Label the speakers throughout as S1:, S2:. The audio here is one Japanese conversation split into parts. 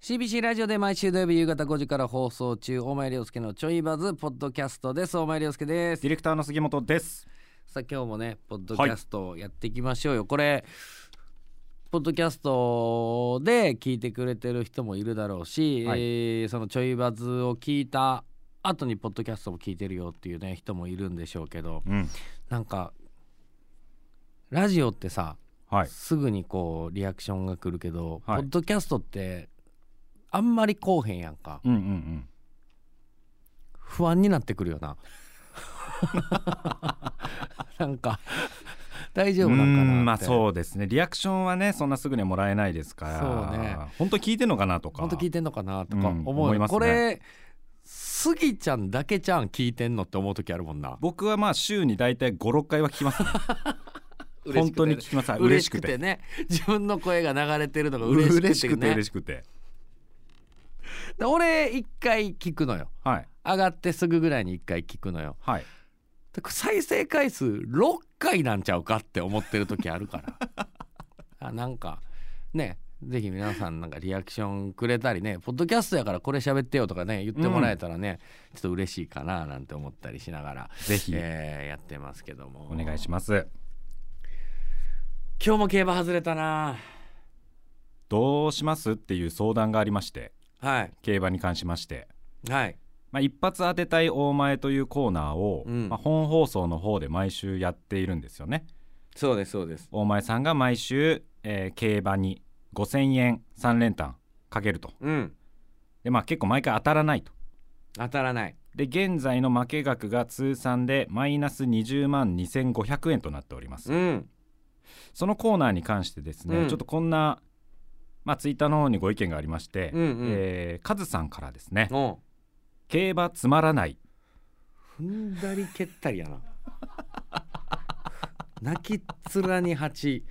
S1: CBC ラジオで毎週土曜日夕方5時から放送中大前涼介のちょいバズポッドキャストです大前涼介です
S2: ディレクターの杉本です。
S1: さあ今日もねポッドキャストをやっていきましょうよ、これポッドキャストで聞いてくれてる人もいるだろうし、
S2: はい
S1: えーそのちょいバズを聞いた後にポッドキャストも聞いてるよっていうね人もいるんでしょうけど
S2: うん。
S1: なんかラジオってさ
S2: はい。
S1: すぐにこうリアクションが来るけど、
S2: は
S1: ポ
S2: い
S1: ッドキャストってあんまりこうへんやんか
S2: うんうんうん。
S1: 不安になってくるよな なんか大丈夫なんかなって
S2: まあそうですね。リアクションはね、そんなすぐにはもらえないですから。
S1: そうね。
S2: 本当聞いてんのかなとか。
S1: 本当聞いてんのかなとか
S2: うん
S1: 思う、
S2: 思いますね
S1: これスギちゃんだけちゃん聞いてんのって思う時あるもんな
S2: 僕はまあ週に大体五六回は聞きます、ね。
S1: 嬉しく
S2: 本
S1: て
S2: 当に聞きます。はい
S1: 嬉
S2: 嬉
S1: し
S2: し
S1: く
S2: く
S1: て
S2: て。
S1: ね自分の声が流れてるのが 嬉しくて,、ね、
S2: 嬉しくて嬉しくて。
S1: で俺一回聞くのよ
S2: はい
S1: 上がってすぐぐらいに一回聞くのよ
S2: はい。
S1: で再生回数6回なんちゃうかって思ってる時あるから あなんかねぜひ皆さんなんかリアクションくれたりねポッドキャストやからこれ喋ってよとかね言ってもらえたらね、ちょっと嬉しいかななんて思ったりしながら、
S2: ぜひ
S1: えーやってますけども
S2: お願いし
S1: ま
S2: ます。
S1: す今日も競馬外れたな
S2: どうしますっていう相談がありまして、
S1: はい
S2: 競馬に関しまして。
S1: はい
S2: まあ、一発当てたい大前というコーナーを、
S1: うん
S2: まあ、本放送の方で毎週やっているんですよね。
S1: そうですそうです
S2: 大前さんが毎週、えー競馬に5,000円3連単かけると
S1: うん
S2: で、まあ、結構毎回当たらないと
S1: 当たらない
S2: で現在の負け額が通算でマイナス20万2500円となっております、
S1: うん
S2: そのコーナーに関してですね、
S1: うん
S2: ちょっとこんな、まあ、ツイッターの方にご意見がありまして、
S1: うんうん
S2: えーカズさんからですね
S1: お
S2: 「競馬つまらない
S1: 踏んだり蹴ったりやな 泣き面に蜂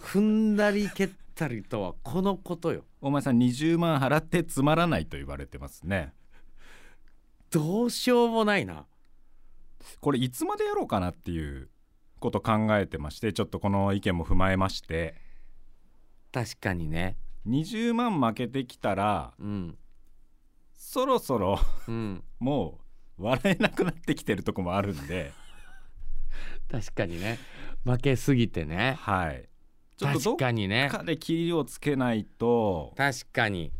S1: 踏んだり蹴ったりとはこのことよ」
S2: 大前さん20万払ってつまらないと言われてますね
S1: どうしようもないな
S2: これいつまでやろうかなっていうこと考えてましてちょっとこの意見も踏まえまして
S1: 確かにね
S2: 20万負けてきたら
S1: うん
S2: そろそろ
S1: うん
S2: もう笑えなくなってきてるとこもあるんで
S1: 確かにね負けすぎてね
S2: はいちょっとど
S1: 確
S2: っか
S1: かにね
S2: で切りをつけないと
S1: 確かに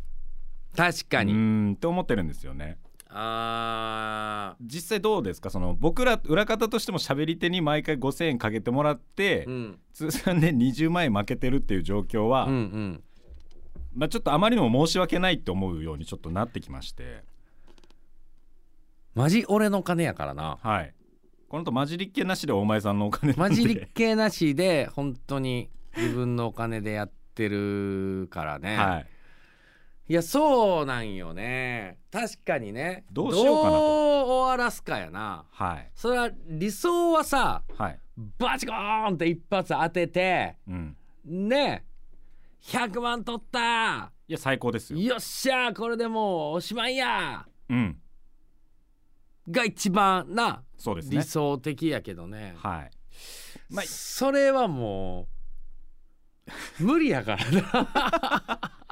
S1: 確かに、
S2: うーんって思ってるんですよね
S1: あ
S2: 実際どうですかその僕ら裏方としても喋り手に毎回5,000円かけてもらって、
S1: ーうん
S2: 通算で20万円負けてるっていう状況は、
S1: うんうん
S2: まあ、ちょっとあまりにも申し訳ないって思うようにちょっとなってきまして
S1: マジ俺の金やからな
S2: はいこのと混じりっけなしでお前さんのお金な
S1: 混
S2: んで
S1: じりっ系なしで本当に自分のお金でやってるからね、
S2: はい
S1: いやそうなんよね確かにね
S2: どうしようかなと
S1: どう終わらすかやな
S2: はい
S1: それは理想はさ
S2: はい
S1: バチコーンって一発当てて
S2: うん
S1: ね100万取った
S2: いや最高ですよ
S1: よっしゃこれでもうおしまいや
S2: うん
S1: が一番な
S2: そうです
S1: 理
S2: ね
S1: 想的やけどね
S2: はいまあ
S1: それはもう無理やからな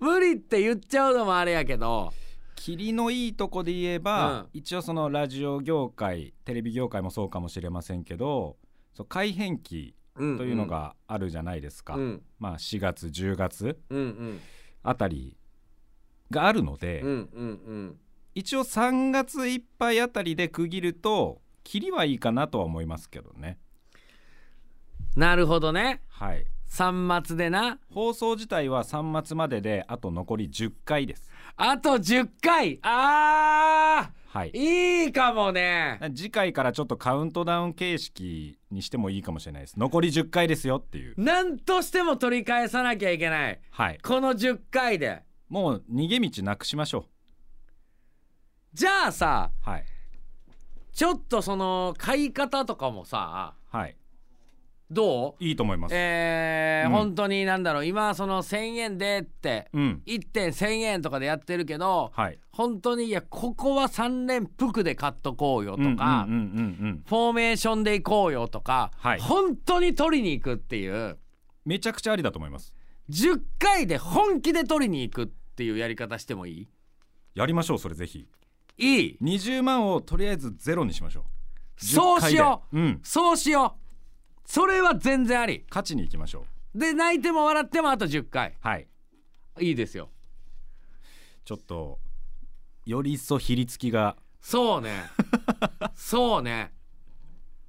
S1: 無理って言っちゃうのもあれやけど
S2: 霧のいいとこで言えば、
S1: うん
S2: 一応そのラジオ業界テレビ業界もそうかもしれませんけどそう改変期
S1: と
S2: というのがあるじゃないですか、
S1: うん
S2: まあ4月10月
S1: うんうん
S2: あたりがあるので、
S1: うんうん
S2: 一応3月いっぱいあたりで区切ると霧はいいかなとは思いますけどね
S1: うん、なるほどね
S2: はい
S1: 三末でな
S2: 放送自体は3末までであと残り10回です
S1: あと10回あ
S2: はい
S1: ーいいかもね
S2: 次回からちょっとカウントダウン形式にしてもいいかもしれないです残り10回ですよっていう
S1: なんとしても取り返さなきゃいけない
S2: はい
S1: この10回で
S2: もう逃げ道なくしましょ
S1: じゃあさ
S2: うはい
S1: ちょっとその買い方とかもさ
S2: はい
S1: どう
S2: いいと思います
S1: えー
S2: うん
S1: 本当になんだろう今その1,000円でって
S2: うん
S1: 1点1,000円とかでやってるけど
S2: はい
S1: 本当にいやここは3連服で買っとこうよとか、
S2: うんうんうんうんうん
S1: フォーメーションで行こうよとか、
S2: はい
S1: 本当に取りに行くっていう
S2: めちゃくちゃありだと思います
S1: 10回で本気で取りに行くっっていうやり方してもい
S2: やりましょうそれぜひ
S1: いいい
S2: 20万をとりあえずゼロにしましょう
S1: そうしよ
S2: う、うん
S1: う、そうしようそれは全然あり
S2: 勝ちに行きましょう
S1: で泣いても笑ってもあと10回
S2: はい
S1: いいですよ
S2: ちょっとより一層ひりつきが
S1: そう ねそうね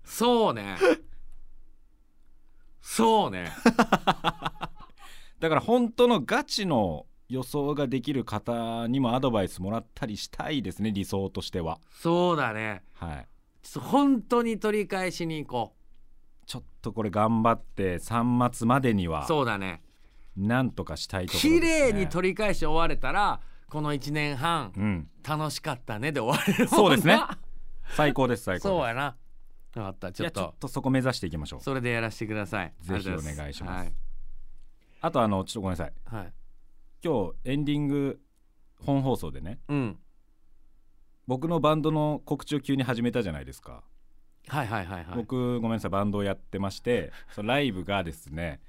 S1: そうねそうね
S2: だから本当のガチの予想ができる方にもアドバイスもらったりしたいですね理想としては
S1: そうだね
S2: はい
S1: ちょっと本当に取り返しに行こ
S2: ちょっとこれ頑張って3末までに
S1: う
S2: は
S1: そうだね
S2: なんとかしたいところ
S1: 綺麗に
S2: り
S1: 取り返して終われたらこの1年半
S2: うん
S1: 楽しかったねで終われるもんな
S2: そうですね最高です最高です
S1: そうやな分かったちょ
S2: いや
S1: っ
S2: ちょっ
S1: と
S2: とそこ目指していきましょう
S1: それでやらせてください
S2: ぜひ
S1: ありがとうござ
S2: お願いします
S1: はい
S2: あとあのちょっとごめんなさい
S1: はい、
S2: 今日エンディング本放送でね
S1: うん
S2: 僕のバンドの告知を急に始めたじゃないですか、
S1: はいはいはいはい
S2: 僕ごめんなさいバンドをやってましてそのライブがですね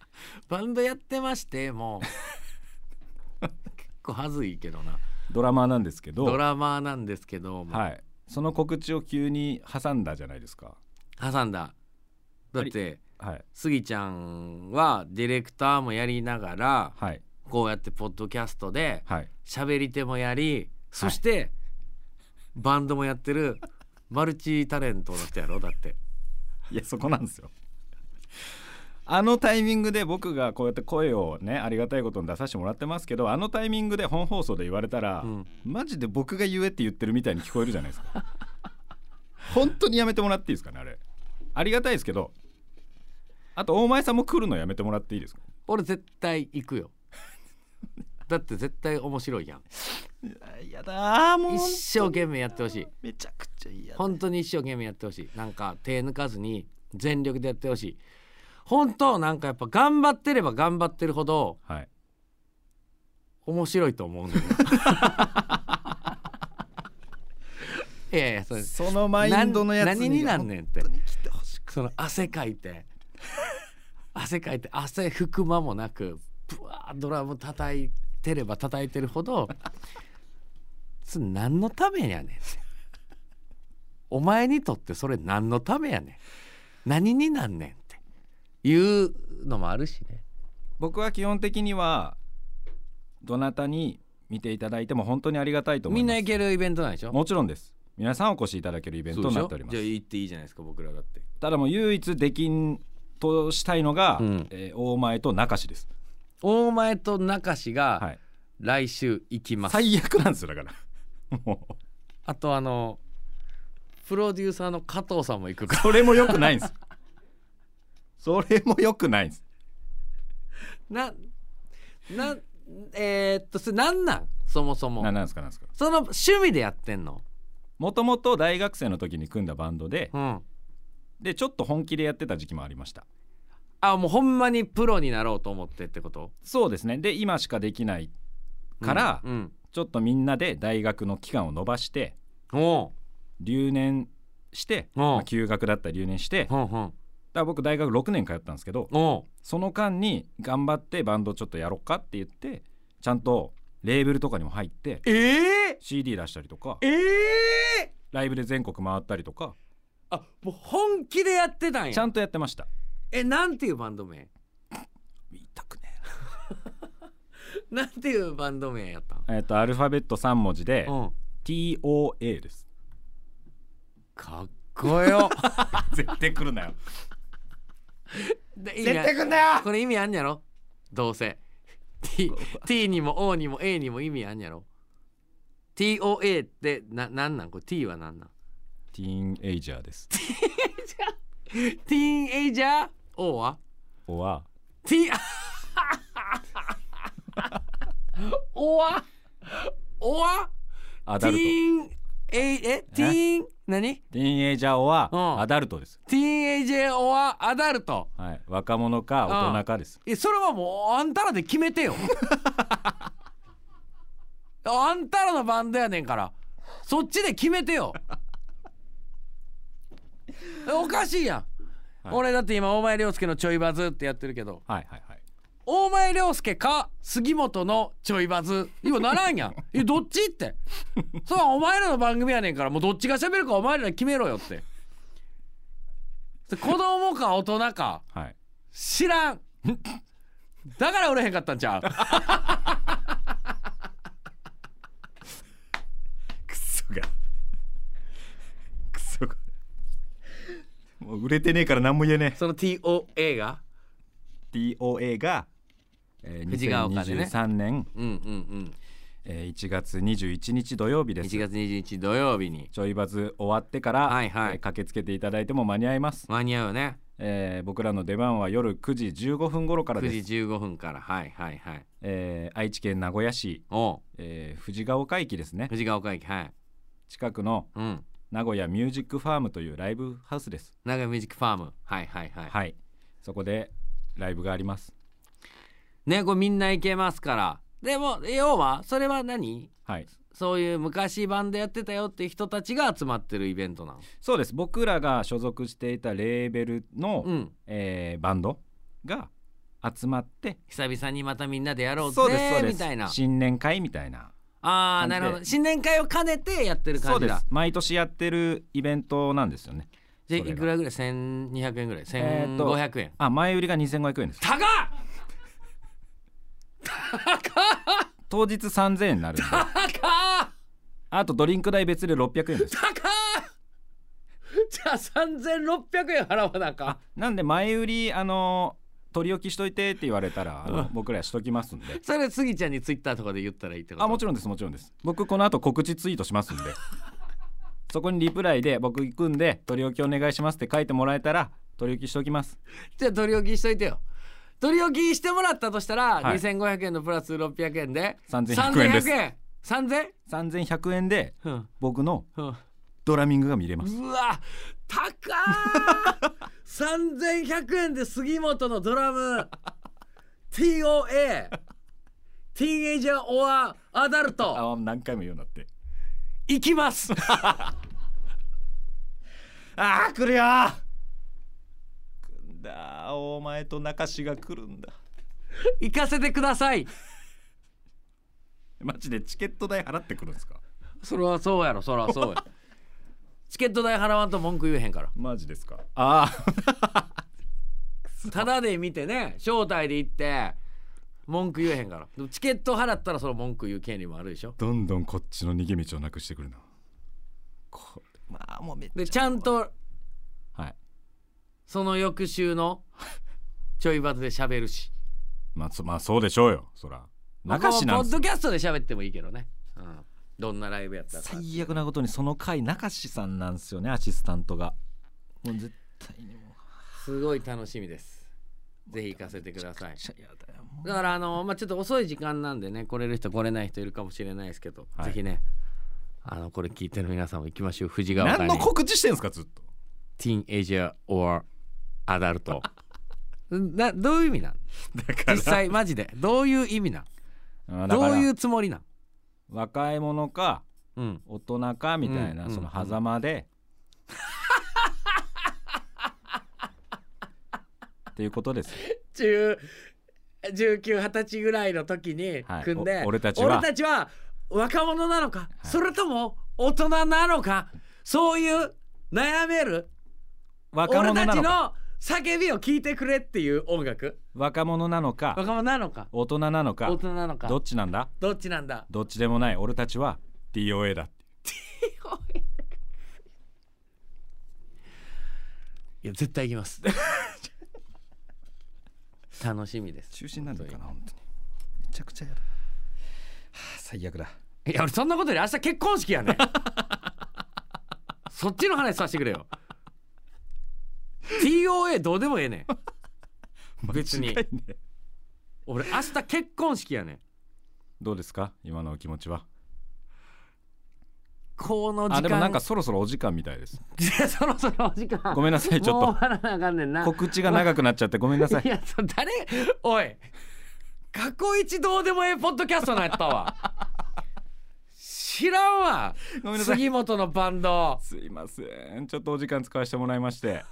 S1: バンドやってまして もう結構はずいけどな
S2: ドラマーなんですけど
S1: ドラマーなんですけども、
S2: はい、その告知を急に挟んだじゃないですか、
S1: 挟んだだって
S2: はい
S1: スギちゃんはディレクターもやりながら
S2: はい
S1: こうやってポッドキャストで
S2: はい、
S1: 喋り手もやりそして、バンドもやってるマルチタレントの人やろだって
S2: いやそこなんですよあのタイミングで僕がこうやって声をねありがたいことに出させてもらってますけどあのタイミングで本放送で言われたら、
S1: うん
S2: マジで僕が言えって言ってるみたいに聞こえるじゃないですか本当にやめてもらっていいですかねあれありがたいですけどあと大前さんも来るのやめてもらっていいですか
S1: 俺絶対行くよだって絶対面白いやん
S2: やだーも
S1: 一生懸命やってほしい
S2: めちゃくちゃ嫌
S1: 本当に一生懸命やってほしいなんか手抜かずに全力でやってほしい本当なんかやっぱ頑張ってれば頑張ってるほど
S2: はい
S1: 面白いと思うんだよいやいやそうです
S2: そのマインドのやつ
S1: 何になんねんって
S2: 本当に来てほしく
S1: その汗かいて汗かいて汗拭く間もなくブワードラム叩いてれば叩いてるほどそれ何のためやねんってお前にとってそれ何のためやねん何になんねんっていうのもあるしね
S2: 僕は基本的にはどなたに見ていただいても本当にありがたいと思
S1: み
S2: い
S1: ん
S2: ます
S1: な行けるイベントなんでしょ
S2: もちろんです皆さんお越しいただけるイベントになっておりま
S1: じゃあ
S2: す
S1: 行っていいじゃないですか僕らだって
S2: ただもう唯一できんとしたいのが、
S1: うん
S2: えー大前と中志です、
S1: 大前と中志
S2: は
S1: が
S2: い、
S1: 来週行きます、
S2: 最悪なんですよだからもう
S1: あとあのプロデューサーの加藤さんも行くから
S2: それも良くないんですそれも良くないんです
S1: な、な、えーっと、それなんなんそもそも
S2: な。なんですかなんですか
S1: その趣味でやってんの
S2: もともと大学生の時に組んだバンドで
S1: うん。
S2: でちょっと本気でやってた時期もありました
S1: あ、もうほんまにプロになろうと思ってってこと
S2: そうですねで今しかできないから、
S1: うん。
S2: ちょっとみんなで大学の期間を延ばして
S1: うんお
S2: 留年して、
S1: うん
S2: まあ休学だったり留年して、
S1: う。
S2: だか
S1: ほんほん。
S2: ら僕大学6年通ったんですけど
S1: お
S2: その間に頑張ってバンドちょっとやろっかって言ってちゃんとレーベルとかにも入って
S1: ええ
S2: CD 出したりとか
S1: ええ
S2: ライブで全国回ったりとか
S1: あ、もう本気でやってたんや。
S2: ちゃんとやってました
S1: え、なんていうバンド名
S2: 言いたくね
S1: なんていうバンド名やったん
S2: ええっとアルファベット3文字で
S1: うん。
S2: TOA です
S1: かっこよ。
S2: 絶対来るなよ
S1: で意味
S2: 絶
S1: あ
S2: 対来るなよ
S1: これ意味あんやろどうせ T, T にも O にも A にも意味あんやろ TOA ってななんなんこれ T はなんなん
S2: ティーンエイジャーです
S1: ティーンエイジャー O は
S2: おは
S1: T O は O は
S2: ア
S1: テ
S2: ダ
S1: ィ
S2: ルトティ
S1: ーンエイえティーン何
S2: ーンエイジャー
S1: う
S2: は
S1: ん
S2: アダルトです
S1: ティーンエイジャー O はアダルト
S2: はい若者か大人かです
S1: いやそれはもうあんたらで決めてよあんたらのバンドやねんからそっちで決めてよおかしいやん、
S2: はい
S1: 俺だって今大前涼介のちょいバズってやってるけど
S2: はいはいはい
S1: お大前涼介か杉本のちょいバズ今ならんやんえどっちってそれはお前らの番組やねんからもうどっちが喋るかお前ら決めろよってで子供か大人か
S2: はい
S1: 知らんだから売れへんかったんちゃう
S2: クソが クソがもう売れてねえから何も言えね
S1: その TOA が
S2: え TOA が、えー、
S1: 藤ヶ丘でね
S2: 2023年、
S1: うんうん
S2: えー、1月21日土曜日
S1: うん
S2: です
S1: 1月21日土曜日に
S2: ちょいバズ終わってから、
S1: はいはい
S2: えー駆けつけていただいても間に合います、
S1: 間に合うよね
S2: えー僕らの出番は夜9時15分頃からです
S1: 9、時15分からはいはいはい
S2: えー愛知県名古屋市、
S1: おう
S2: えー、藤ヶ丘駅ですね
S1: 藤ヶ丘駅はい
S2: 近くの
S1: うん
S2: 名古屋ミュージックファームというライブハウスです
S1: 長屋ミュージックファームはいはいはい、
S2: はいそこでライブがあります
S1: ねこれみんな行けますからでも要はそれは何
S2: はい
S1: そういう昔バンドやってたよっていう人たちが集まってるイベントなの
S2: そうです僕らが所属していたレーベルの、
S1: うん
S2: えーバンドが集まって
S1: 久々にまたみんなでやろうぜ
S2: そうですそうです
S1: みたいな
S2: 新年会みたいな
S1: ああ
S2: 感じ
S1: な
S2: で
S1: るほど新年会を兼ねてやってる
S2: そ
S1: 感
S2: う
S1: じ
S2: で
S1: だ
S2: す毎年やってるイベントなんですよね
S1: じゃ
S2: それ
S1: い
S2: が
S1: くらぐらい1200円ぐらい
S2: えーっと
S1: 1500円
S2: あ前売りが2500円です
S1: 高っ
S2: 当日3000円になるんで
S1: 高っ
S2: あとドリンク代別で600円です
S1: 高っじゃあ3600円払わなあかん
S2: あなんで前売りあの取り置きしといてって言われたらあの僕らしときますんで
S1: それスギちゃんにツイッターとかで言ったらいいってこと
S2: あもちろんですもちろんです僕この後告知ツイートし ますんでそこにリプライで僕行くんで取り置きお願いしますって書いてもらえたら取り置きしときます
S1: じゃあ取り置きしといてよ取り置きしてもらったとしたら、
S2: はい
S1: 2500円のプラス600円で
S2: 3100円です
S1: 3100円 3000?
S2: 3100円で
S1: うん
S2: 僕の
S1: うん
S2: ドラミングが見れます
S1: うわ高 ー3100円で杉本のドラム TOA ティーンエイジャー・オア・アダルト
S2: あ何回も言うようになって
S1: 行きます
S2: あー来るよー来んだーお前と中志が来るんだ
S1: 行かせてください
S2: マジでチケット代払ってくるんですか
S1: それはそうやろそれはそうやチケット代払わんと文句言えへんから
S2: マジですかあ
S1: ただで見てね招待で行って文句言えへんからでもチケット払ったらその文句言う権利もあるでしょ
S2: どんどんこっちの逃げ道をなくしてくるなこまあもうめっ
S1: でちゃんと
S2: はい
S1: その翌週のちょいバズで喋るし
S2: まあそまあそうでしょうよそら中志
S1: まあ
S2: な
S1: ポッ
S2: んです
S1: ドキャストで喋ってもいいけどね、うん、どんなライブやったら
S2: 最悪なことにその回中志さんなんですよねアシスタントがもう絶対にも
S1: すごい楽しみですぜひ行かせてくださいう
S2: ちゃやだよもう
S1: だからあの、まあ、ちょっと遅い時間なんでね来れる人来れない人いるかもしれないですけど、
S2: はい
S1: ぜひねあのこれ聞いてる皆さんも行きましょう藤川丘
S2: 何
S1: に
S2: の告知してんすかずっと
S1: ティーンエイジャー or アダルト などういう意 味なん
S2: だか
S1: 実際マジでどういう意味なん
S2: ら
S1: どういううつもりなん
S2: 若い者か
S1: うん
S2: 大人かみたいな、
S1: うん
S2: その
S1: うん
S2: 狭間で、っていうことですよ
S1: 1920歳ぐらいの時に
S2: はい
S1: 組んで、
S2: お俺たちは
S1: 若者なのか、
S2: い
S1: それとも大人なのかそういう悩める
S2: 若者
S1: 俺た
S2: な
S1: ち
S2: のか
S1: の叫びを聞いてくれっていう音楽
S2: 若者なのか
S1: 若者なのか
S2: 大人なのか
S1: 大人なのか
S2: ど
S1: ど
S2: っちなんだ
S1: っちなん だ
S2: どっちでもない俺たちは DOA だ
S1: いや絶対行きます 楽しみです
S2: 中心なんだかな本当にめちゃくちゃやだ、はあ、最悪だ
S1: いや俺そんなことより明日結婚式や ねんそっちの話させてくれよ TOA どうでもええねん別に
S2: 間違いね
S1: 俺明日結婚式やねん
S2: どうですか今のお気持ちは
S1: この時間
S2: あでもなんかそろそろお時間みたいです
S1: いやそろそろお時間
S2: ごめんなさいちょっ
S1: もう
S2: と
S1: 終わらなあかんねんな
S2: 告知が長くなっちゃってごめんなさい
S1: いやそう誰おい過去一どうでもええポッドキャストなんやったわ知らんわ
S2: ごめんなさい
S1: 杉本のバンド
S2: すいませんちょっとお時間使わせてもらいまして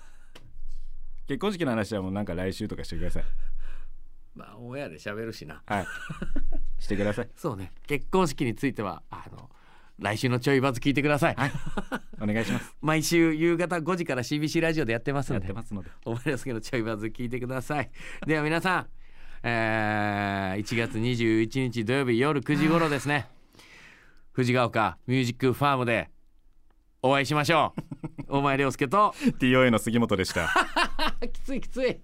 S2: 結婚式の話はもうなんか来週とかしてください
S1: まあオンエアで喋るしな
S2: はいしてください
S1: そうね結婚式についてはあの来週のちょいバズ聞いてください、
S2: お願いします
S1: 毎週夕方5時から CBC ラジオでやってます
S2: や
S1: の
S2: っ
S1: で
S2: てますの で
S1: お前らすけのちょいバズ聞いてください では皆さん、えー1月21日土曜日夜9時頃です ね藤ヶ丘ミュージックファームで お会いしましょうお前涼介と
S2: TOA の杉本でした
S1: きついきつい